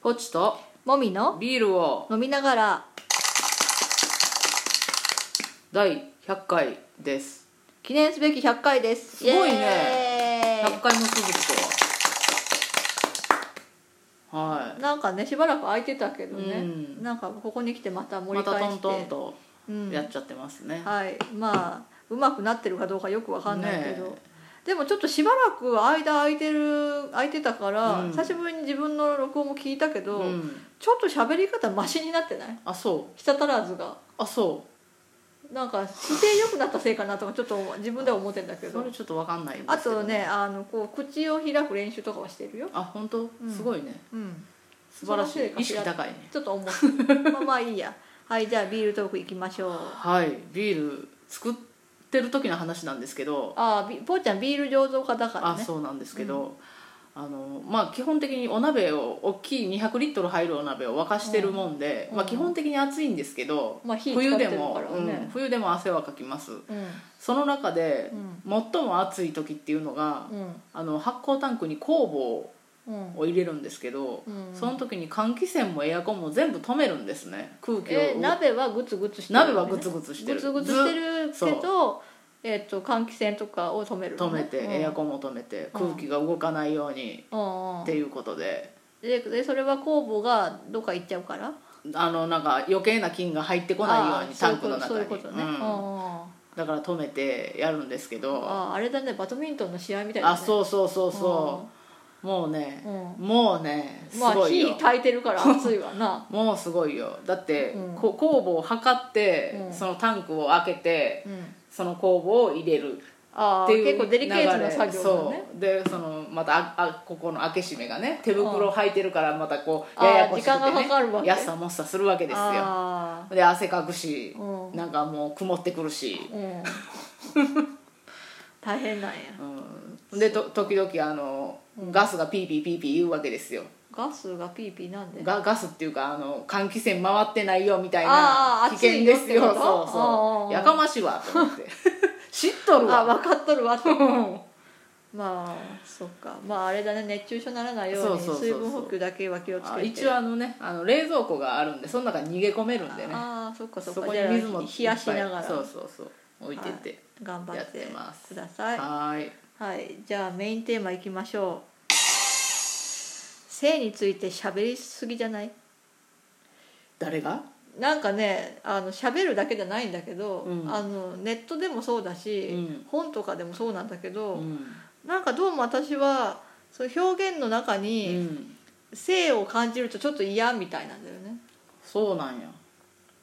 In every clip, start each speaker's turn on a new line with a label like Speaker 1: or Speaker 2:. Speaker 1: ポチと
Speaker 2: もみの
Speaker 1: ビールを
Speaker 2: 飲みながら
Speaker 1: 第100回です
Speaker 2: 記念すべき100回です
Speaker 1: すごいね
Speaker 2: イエーイ
Speaker 1: 100回の続きとはは
Speaker 2: なんかねしばらく空いてたけどね、
Speaker 1: うん
Speaker 2: なんかここに来てまた
Speaker 1: い
Speaker 2: 盛
Speaker 1: ま
Speaker 2: り
Speaker 1: たトン
Speaker 2: 返して、
Speaker 1: トンと
Speaker 2: うん
Speaker 1: やっちゃってますね、
Speaker 2: はいまあうまくなってるかどうかよくわかんないけど、
Speaker 1: ね
Speaker 2: でもちょっとしばらく間空いてる空いてたから、
Speaker 1: うん
Speaker 2: 久しぶりに自分の録音も聞いたけど、
Speaker 1: うん、
Speaker 2: ちょっと喋り方マシになってない
Speaker 1: あそう
Speaker 2: 舌足らずが
Speaker 1: あそ
Speaker 2: なんか姿勢良くなったせいかなとかちょっと自分では思ってんだけ
Speaker 1: うそ
Speaker 2: ど
Speaker 1: れちょっとわかんないんで
Speaker 2: あ
Speaker 1: すけど
Speaker 2: とねあのこう口を開く練習とかはしてるよ、
Speaker 1: あ本当
Speaker 2: ん
Speaker 1: すごいね、
Speaker 2: うん、
Speaker 1: 素晴らし
Speaker 2: そのせ
Speaker 1: い
Speaker 2: いか
Speaker 1: 意
Speaker 2: し
Speaker 1: 識
Speaker 2: ら
Speaker 1: 高いね
Speaker 2: ちょっと思うまあまあいいやはいじゃあビールトーク行きましょう
Speaker 1: はいビール作ってる時の話なんですけど
Speaker 2: ああぽーちゃんビール醸造家だから
Speaker 1: あ
Speaker 2: ね
Speaker 1: そうなんですけど、あのまあ、基本的にお鍋を大きい200リットル入るお鍋を沸かしてるもんで、
Speaker 2: うん
Speaker 1: まあ、基本的に暑いんですけど、
Speaker 2: まあ火使
Speaker 1: 冬
Speaker 2: ってるか
Speaker 1: で
Speaker 2: らね
Speaker 1: も、うん冬でも汗はかきます
Speaker 2: うん
Speaker 1: その中で最も暑い時っていうのが、
Speaker 2: うん
Speaker 1: あの発酵タンクに酵母
Speaker 2: うん
Speaker 1: を入れるんですけど、
Speaker 2: うん
Speaker 1: その時に換気扇もエアコンも全部止めるんですね空気を、
Speaker 2: え鍋はグツグツしてるよね、
Speaker 1: 鍋はグツグツしてる
Speaker 2: グツグツしてる
Speaker 1: ず
Speaker 2: けどえっと換気扇とかを止めるの
Speaker 1: 止
Speaker 2: ね、
Speaker 1: めて、
Speaker 2: うん
Speaker 1: エアコンも止めて空気が動かないように、
Speaker 2: うんうん
Speaker 1: っていうことで
Speaker 2: ででそれは酵母がどっか行っちゃうから
Speaker 1: あのなんか余計な菌が入ってこないよう
Speaker 2: ああ
Speaker 1: にタンクの中
Speaker 2: そう
Speaker 1: に
Speaker 2: いうことそういうことね、
Speaker 1: うん
Speaker 2: うんうんうん
Speaker 1: だから止めてやるんですけどあ,、
Speaker 2: ああれだねバドミントンの試合みたいな、ね、
Speaker 1: そうそうそうそうもうね、
Speaker 2: う
Speaker 1: もうねす
Speaker 2: まあ
Speaker 1: ごい
Speaker 2: 火
Speaker 1: よ、
Speaker 2: 焚いて るから暑いわな
Speaker 1: もうすごいよだって、
Speaker 2: うん
Speaker 1: こ酵母を測って、
Speaker 2: うん
Speaker 1: そのタンクを開けて
Speaker 2: うん
Speaker 1: その酵母を入れる
Speaker 2: あ
Speaker 1: っ
Speaker 2: あ
Speaker 1: ていう
Speaker 2: 結構デリケートな作業だ
Speaker 1: 流れ
Speaker 2: ね
Speaker 1: そうでそのまたああここの開け閉めがね手袋履いてるからまたこう
Speaker 2: あー
Speaker 1: ややこしくて、ね、
Speaker 2: 時間がかかるわけ
Speaker 1: 安さもっさするわけですよ
Speaker 2: あ
Speaker 1: で汗かくし、
Speaker 2: うん
Speaker 1: なんかもう曇ってくるし、
Speaker 2: あうん 大変なんや
Speaker 1: うん、でと時々あの、ガスがピーピーピーピー言うわけですよ
Speaker 2: ガスがピーピーなんで
Speaker 1: ガガスっていうかあの換気扇回ってないよみたい
Speaker 2: あ
Speaker 1: な
Speaker 2: ー
Speaker 1: 危険ですよ
Speaker 2: 熱
Speaker 1: そう
Speaker 2: いよってこと
Speaker 1: そ
Speaker 2: あ
Speaker 1: う
Speaker 2: ー
Speaker 1: やかましいわと思って 知っとる
Speaker 2: あ
Speaker 1: わ
Speaker 2: 分かっとるわ とまあそっかまああれだね熱中症にならないように
Speaker 1: そうそうそう
Speaker 2: 水
Speaker 1: そう
Speaker 2: 分補給だけは気をつけ
Speaker 1: あ
Speaker 2: て
Speaker 1: 一応あのねあの冷蔵庫があるんでその中に逃げ込めるんでね
Speaker 2: ああそっかそっ
Speaker 1: そ
Speaker 2: か
Speaker 1: こ
Speaker 2: じ
Speaker 1: に
Speaker 2: ゃあ
Speaker 1: 水も
Speaker 2: 冷やしながら
Speaker 1: そうそうそう置いてて
Speaker 2: 頑張
Speaker 1: や
Speaker 2: っ
Speaker 1: って
Speaker 2: て
Speaker 1: ます
Speaker 2: ください
Speaker 1: はーい
Speaker 2: はいじゃあメインテーマいきましょう性について喋りすぎじゃない
Speaker 1: 誰が
Speaker 2: なんかねあの喋るだけじゃないんだけど、
Speaker 1: うん
Speaker 2: あのネットでもそうだし、
Speaker 1: うん
Speaker 2: 本とかでもそうなんだけ
Speaker 1: う
Speaker 2: ど、
Speaker 1: ん
Speaker 2: なんかどうも私はそういう表現の中に性を感じるとちょっと嫌みたいなんだよね。
Speaker 1: そうなんや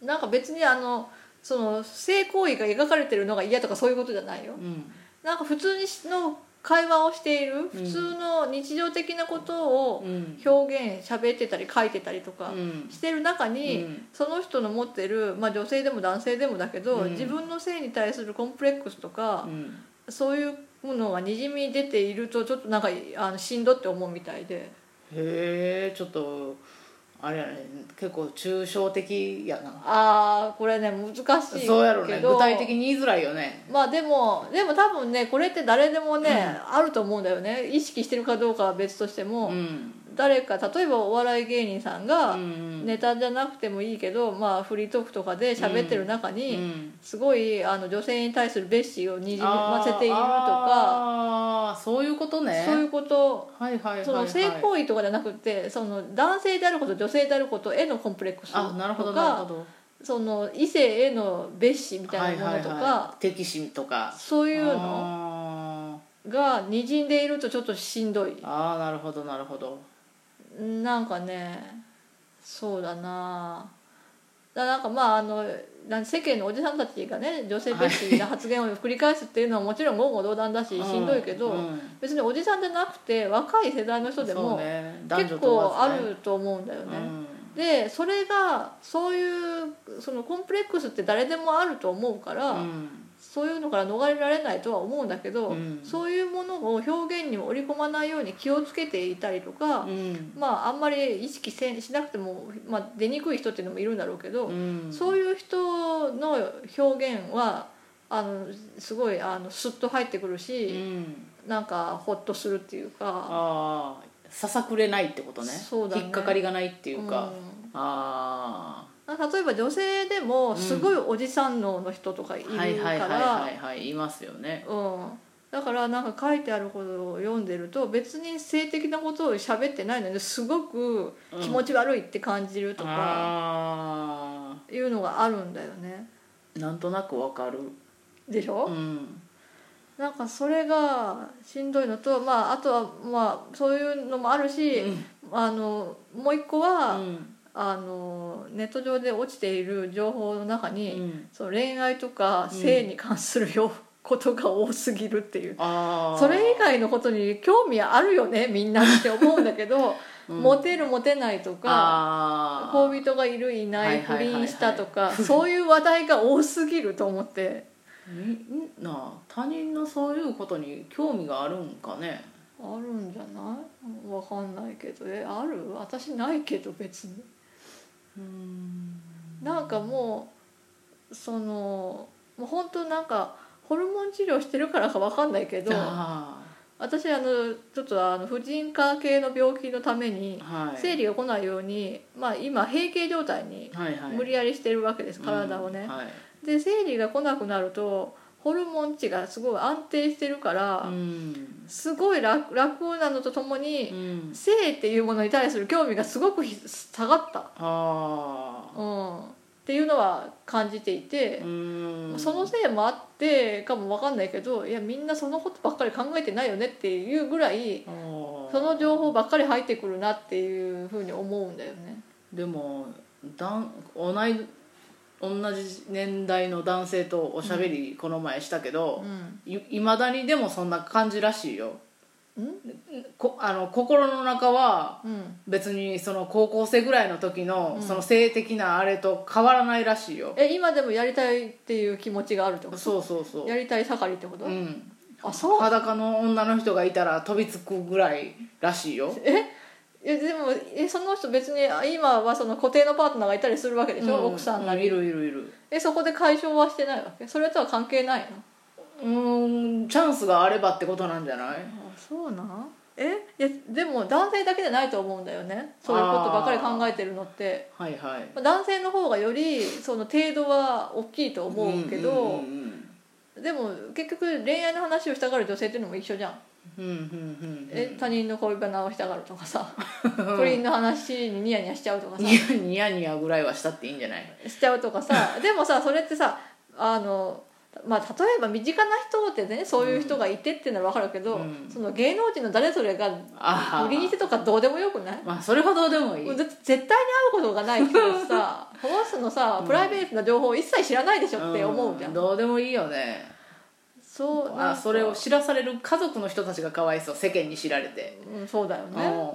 Speaker 2: なんか別にあのその性行為が描かれてるのが嫌とかそういうことじゃないよ
Speaker 1: うん
Speaker 2: なんか普通にしの会話をしている
Speaker 1: うん
Speaker 2: 普通の日常的なことを
Speaker 1: うん
Speaker 2: 表現喋ってたり書いてたりとか
Speaker 1: うん
Speaker 2: してる中に、
Speaker 1: うん
Speaker 2: その人の持ってる、まあ、女性でも男性でもだけど、
Speaker 1: うん
Speaker 2: 自分の性に対するコンプレックスとか、そういうものがにじみ出ているとちょっとなんかあのしんどって思うみたいで
Speaker 1: へえちょっとあれやね結構抽象的やな
Speaker 2: ああこれね難しいけど
Speaker 1: そうやろね具体的に言いづらいよね
Speaker 2: まあでもでも多分ねこれって誰でもね、あると思うんだよね意識してるかどうかは別としても、
Speaker 1: うん
Speaker 2: 誰か例えばお笑い芸人さん
Speaker 1: う
Speaker 2: が
Speaker 1: ん
Speaker 2: ネタじゃなくてもいいけど、まあフリートークとかで喋ってる中
Speaker 1: う
Speaker 2: に、
Speaker 1: ん
Speaker 2: すごいあの女性に対する蔑視をにじませているとか
Speaker 1: あーあーそういうことね
Speaker 2: そういうこと。
Speaker 1: はいはいはいはい
Speaker 2: その性行為とかじゃなくてその男性であること女性であることへのコンプレックスと
Speaker 1: あなるほどなるほ
Speaker 2: か
Speaker 1: ど
Speaker 2: その異性への蔑視みたいなものとか、
Speaker 1: い、敵視とか
Speaker 2: そういうの
Speaker 1: の
Speaker 2: が滲んでいるとちょっとしんどい
Speaker 1: ああなるほどなるほど
Speaker 2: なんかねそうだなだなんかまああのなん世間のおじさんたちがね女性蔑視な発言を繰り返すっていうのはもちろん言語道断だし、しんどいけど、
Speaker 1: ううん
Speaker 2: 別におじさんじゃなくて若い世代の人で
Speaker 1: そう
Speaker 2: も
Speaker 1: ね
Speaker 2: 結構あると思うんだよ
Speaker 1: よ
Speaker 2: ね。でそれがそういうそのコンプレックスって誰でもあると思うから、そういうのから逃れられないとは思うんだけど、
Speaker 1: うん
Speaker 2: そういうものを表現にも織り込まないように気をつけていたりとか、まああんまり意識せんしなくても、まあ、出にくい人っていうのもいるんだろうけど、そういう人の表現はあのすごいあのスッと入ってくるし、なんかホッとするっていうか
Speaker 1: ああささくれないってことね
Speaker 2: そうだね
Speaker 1: 引っかかりがないっていうか、
Speaker 2: うん
Speaker 1: あ
Speaker 2: 例えば女性でもすごいおじさん脳の人とかいる
Speaker 1: あはいは
Speaker 2: か
Speaker 1: いはいは
Speaker 2: ら
Speaker 1: いはいいますよね
Speaker 2: うんだからなんか書いてあることを読んでると別に性的なことを喋ってないのですごく気持ち悪いって感じるとか
Speaker 1: あ
Speaker 2: いうのがあるんだよね
Speaker 1: ーなんとなくわかる
Speaker 2: でしょ、
Speaker 1: うん
Speaker 2: なんかそれがしんどいのと、まあ、あとはまあそういうのもあるし、あのもう一個
Speaker 1: う
Speaker 2: は、
Speaker 1: ん
Speaker 2: あのネット上で落ちている情報の中
Speaker 1: う
Speaker 2: に、
Speaker 1: ん
Speaker 2: その恋愛とか
Speaker 1: うん
Speaker 2: 性に関するよ、ことが多すぎるっていう
Speaker 1: あー
Speaker 2: それ以外のことに興味あるよねみんなって思うんだけど、
Speaker 1: うん
Speaker 2: モテるモテないとか
Speaker 1: あー
Speaker 2: 恋人がいるいな
Speaker 1: はい
Speaker 2: い
Speaker 1: はいは
Speaker 2: 不
Speaker 1: いはい
Speaker 2: 倫したと かそういう話題が多すぎると思って。
Speaker 1: みんなあ他人のそういうことに興味があるんかね
Speaker 2: あるんじゃないわかんないけどえある私ないけど別に
Speaker 1: うん
Speaker 2: なんかもうそのもう本当なんかホルモン治療してるからかわかんないけど
Speaker 1: あ
Speaker 2: 私あのちょっとあの婦人科系の病気のために
Speaker 1: ーはい
Speaker 2: 生理が来ないように、まあ、今閉経状態に
Speaker 1: はいはい
Speaker 2: 無理やりしてるわけです、体をね、
Speaker 1: うんはい
Speaker 2: で生理が来なくなるとホルモン値がすごい安定してるから、
Speaker 1: うん
Speaker 2: すごい楽楽なのとともに、
Speaker 1: うん
Speaker 2: 性っていうものに対する興味がすごくひ下がった、
Speaker 1: あ
Speaker 2: うん、っていうのは感じてい
Speaker 1: あ
Speaker 2: て、
Speaker 1: うん
Speaker 2: そのせいもあってかも分かんないけどいやみんなそのことばっかり考えてないよねっていうぐらい
Speaker 1: あー
Speaker 2: その情報ばっかり入ってくるなっていうふうに思うんだよね。
Speaker 1: でもだん同い同じ年代の男性とおしゃべりこの前したけど
Speaker 2: うん
Speaker 1: いいまだにでもそんな感じらしいよ
Speaker 2: うん
Speaker 1: こあの心の中は
Speaker 2: うん、
Speaker 1: 別にその高校生ぐらいの時の
Speaker 2: うん
Speaker 1: その性的なあれと変わらないらしいよ、
Speaker 2: え今でもやりたいっていう気持ちがあるってこと
Speaker 1: そうそうそう
Speaker 2: やりたい盛りってこと、
Speaker 1: うん
Speaker 2: あそう
Speaker 1: 裸の女の人がいたら飛びつくぐらいらしいよ
Speaker 2: いやでもえその人別にあ今はその固定のパートナーがいたりするわけでしょ、
Speaker 1: う
Speaker 2: 奥さんなり、
Speaker 1: ういるいるいる
Speaker 2: えそこで解消はしてないわけそれとは関係ないの
Speaker 1: うーんチャンスがあればってことなんじゃない
Speaker 2: あそうなんえいやでも男性だけじゃないと思うんだよねそういうことばかり考えてるのって
Speaker 1: はいはい
Speaker 2: まあ男性の方がよりその程度は大きいと思うけど、
Speaker 1: うんうん
Speaker 2: でも結局恋愛の話をしたがる女性っていうのも一緒じゃん、
Speaker 1: うんうんうん
Speaker 2: え他人の恋バナをしたがると かさ不倫の話にニヤニヤしちゃうとか
Speaker 1: うん
Speaker 2: さ
Speaker 1: ニヤニヤニヤぐらいはしたっていいんじゃない
Speaker 2: しちゃうとかさでもさそれってさあの、まあ、例えば身近な人ってねそういう人がいてっていうのは分かるけど、
Speaker 1: うん
Speaker 2: その芸能人の誰それが
Speaker 1: ああ
Speaker 2: 売りにしてとかどうでもよくない
Speaker 1: まあそれほどでもいい
Speaker 2: だって絶対に会うことがない人が さこの人のさプライベートな情報を一切知らないでしょって思うじゃん、
Speaker 1: んどうでもいいよね
Speaker 2: そうなん
Speaker 1: あ
Speaker 2: か
Speaker 1: それを、知らされる家族の人たちがかわいそう世間に知られて
Speaker 2: うん、そうだよ
Speaker 1: う
Speaker 2: ね
Speaker 1: ん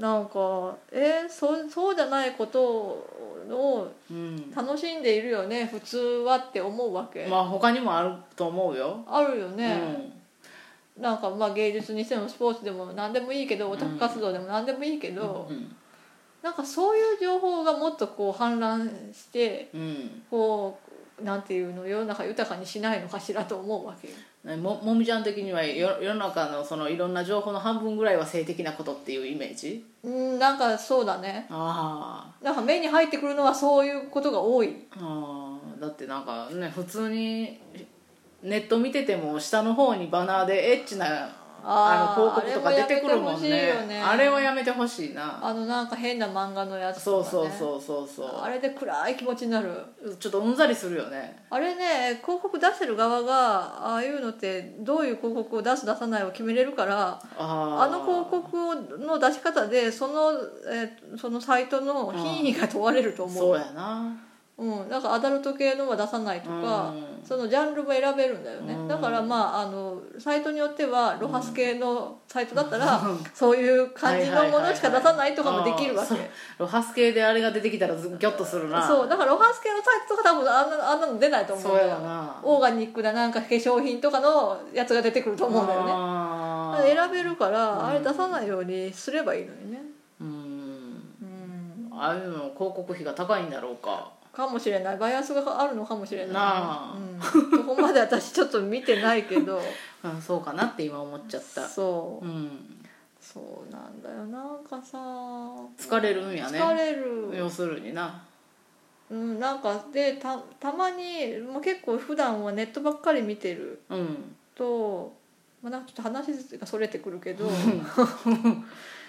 Speaker 2: なんかえー、そうそうじゃないことを
Speaker 1: うん
Speaker 2: 楽しんでいるよね普通はって思うわけ、
Speaker 1: まあ他にもあると思うよ
Speaker 2: あるよね、
Speaker 1: うん
Speaker 2: なんかまあ芸術にしてもスポーツでも何でもいいけど
Speaker 1: ん
Speaker 2: オタク活動でも何でもいいけど、
Speaker 1: うん
Speaker 2: なんかそういう情報がもっとこう氾濫して
Speaker 1: うん
Speaker 2: こうなんていうの世の中豊かにしないのかしらと思うわけよ
Speaker 1: ねももみちゃん的には世世の中のそのいろんな情報の半分ぐらいは性的なことっていうイメージ
Speaker 2: うんなんかそうだね
Speaker 1: あ
Speaker 2: なんか目に入ってくるのはそういうことが多い
Speaker 1: ーあーだってなんかね普通にネット見てても下の方にバナーでエッチなあ
Speaker 2: ー
Speaker 1: の広告とか出てくるもん
Speaker 2: あれはやめてほし
Speaker 1: ね
Speaker 2: いよね
Speaker 1: あれはやめてほしいな
Speaker 2: あのなんか変な漫画のやつ
Speaker 1: そう
Speaker 2: とか、ね、
Speaker 1: そうそうそうそ
Speaker 2: あれで暗い気持ちになる
Speaker 1: うちょっとうんざりするよね
Speaker 2: あれね広告出してる側がああいうのってどういう広告を出す出さないを決めれるから
Speaker 1: あー
Speaker 2: あの広告の出し方でその,、えーそのサイトの品位が問われると思
Speaker 1: そううやな
Speaker 2: うん、なんかアダルト系のは出さないとか、
Speaker 1: うん
Speaker 2: そのジャンルも選べるんだよね、
Speaker 1: うん
Speaker 2: だからまああのサイトによってはロハス系のサイトだったら、そういう感じのものしか出さないとかもできるわ
Speaker 1: はいはい
Speaker 2: け、
Speaker 1: はいはいロハス系であれが出てきたらずギョッとするな
Speaker 2: そうだからロハス系のサイトとか多分あんなあんなの出ないと思うん
Speaker 1: そう
Speaker 2: だ
Speaker 1: や
Speaker 2: よ
Speaker 1: な
Speaker 2: オーガニックななんか化粧品とかのやつが出てくると思うんだよね
Speaker 1: あー
Speaker 2: 選べるからあれ出さないようにすればいいのにね、
Speaker 1: うん
Speaker 2: うん
Speaker 1: ああいうの広告費が高いんだろうか
Speaker 2: かもしれないバイアスがあるのかもしれない、
Speaker 1: なあ
Speaker 2: うん、そこ まで私ちょっと見てないけど
Speaker 1: うんそうかなって今思っちゃった
Speaker 2: そう
Speaker 1: うん
Speaker 2: そうなんだよなんかさ
Speaker 1: 疲れるんやね
Speaker 2: 疲れる、
Speaker 1: 要するにな
Speaker 2: うん、なんかでたたまに、まあ、結構普段はネットばっかり見てる
Speaker 1: うん
Speaker 2: と、まあ、なんかちょっと話がそれてくるけど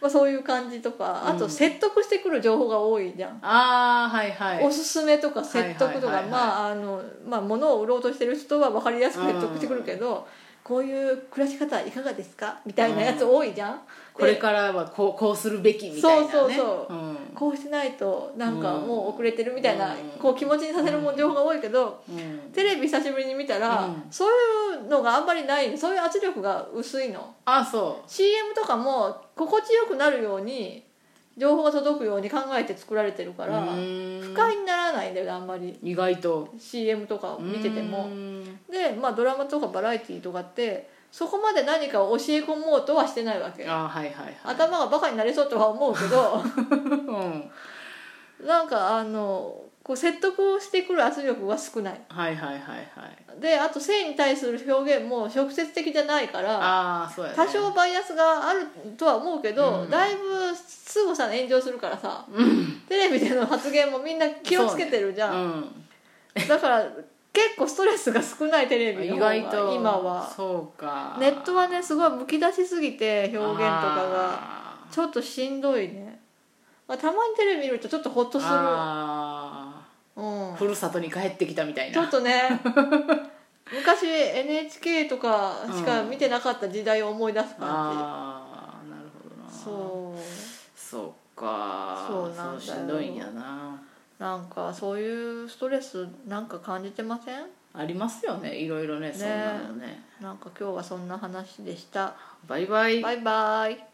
Speaker 2: まあそういう感じとかあ
Speaker 1: う
Speaker 2: と
Speaker 1: ん
Speaker 2: 説得してくる情報が多いじゃん、
Speaker 1: ああはいはい
Speaker 2: おすすめとか説得と
Speaker 1: はいはいはい
Speaker 2: か
Speaker 1: はい
Speaker 2: まああのまあ物を売ろうとしてる人は分かりやすく説得してくるけど、こういう暮らし方いかがですかみたいなやつ多いじゃん、
Speaker 1: これからはこうこうするべきみたいなね、
Speaker 2: そうそうそうこうしないとなんか
Speaker 1: うん
Speaker 2: もう遅れてるみたいな、
Speaker 1: うん
Speaker 2: こう気持ちにさせるもん情報が多いけど、
Speaker 1: んうん、
Speaker 2: テレビ久しぶりに見たら、
Speaker 1: うん
Speaker 2: そういうのがあんまりないそういう圧力が薄いの
Speaker 1: あそ
Speaker 2: CM とかも心地よくなるように情報が届くように考えて作られてる
Speaker 1: う
Speaker 2: から、
Speaker 1: う
Speaker 2: 不
Speaker 1: ん
Speaker 2: 快にならないんだよねあんまり
Speaker 1: 意外と
Speaker 2: CM とかを見てても。
Speaker 1: うん
Speaker 2: で、まあ、ドラマとかバラエティーとかってそこまで何かを教え込もうとはしてないわけ
Speaker 1: あはいはいはい
Speaker 2: 頭がバカになりそうとは思うけど
Speaker 1: うん
Speaker 2: なんかあのこう説得をしてくる圧力は少ない
Speaker 1: はいはいはいはい
Speaker 2: であと性に対する表現も直接的じゃないから
Speaker 1: ああそうや、ね、
Speaker 2: 多少バイアスがあるとは思うけど、
Speaker 1: うん
Speaker 2: だいぶすぐさ炎上するからさ、テレビでの発言もみんな気をつけてるじゃん、
Speaker 1: うん
Speaker 2: だから結構ストレスが少ないテレビの
Speaker 1: 意
Speaker 2: 方が
Speaker 1: 外と
Speaker 2: 今は
Speaker 1: そうか
Speaker 2: ネットはねすごいむき出しすぎて表現とか
Speaker 1: あ
Speaker 2: がちょっとしんどいね、まあ、たまにテレビ見るとちょっとホッ
Speaker 1: ー
Speaker 2: とする、
Speaker 1: あ
Speaker 2: うん
Speaker 1: ー、ふるさとに帰ってきたみたい
Speaker 2: ちょっ
Speaker 1: な
Speaker 2: とね昔 NHK とかしか見てなかった時代を思い出す感
Speaker 1: ああなるほどな
Speaker 2: じ、そう
Speaker 1: そうか
Speaker 2: そうなんだよ
Speaker 1: しんどいんやな
Speaker 2: なんかそういうストレスなんか感じてません
Speaker 1: ありますよねいろいろねそんなのね
Speaker 2: なんか今日はそんな話でした
Speaker 1: バイバイ
Speaker 2: バイバイ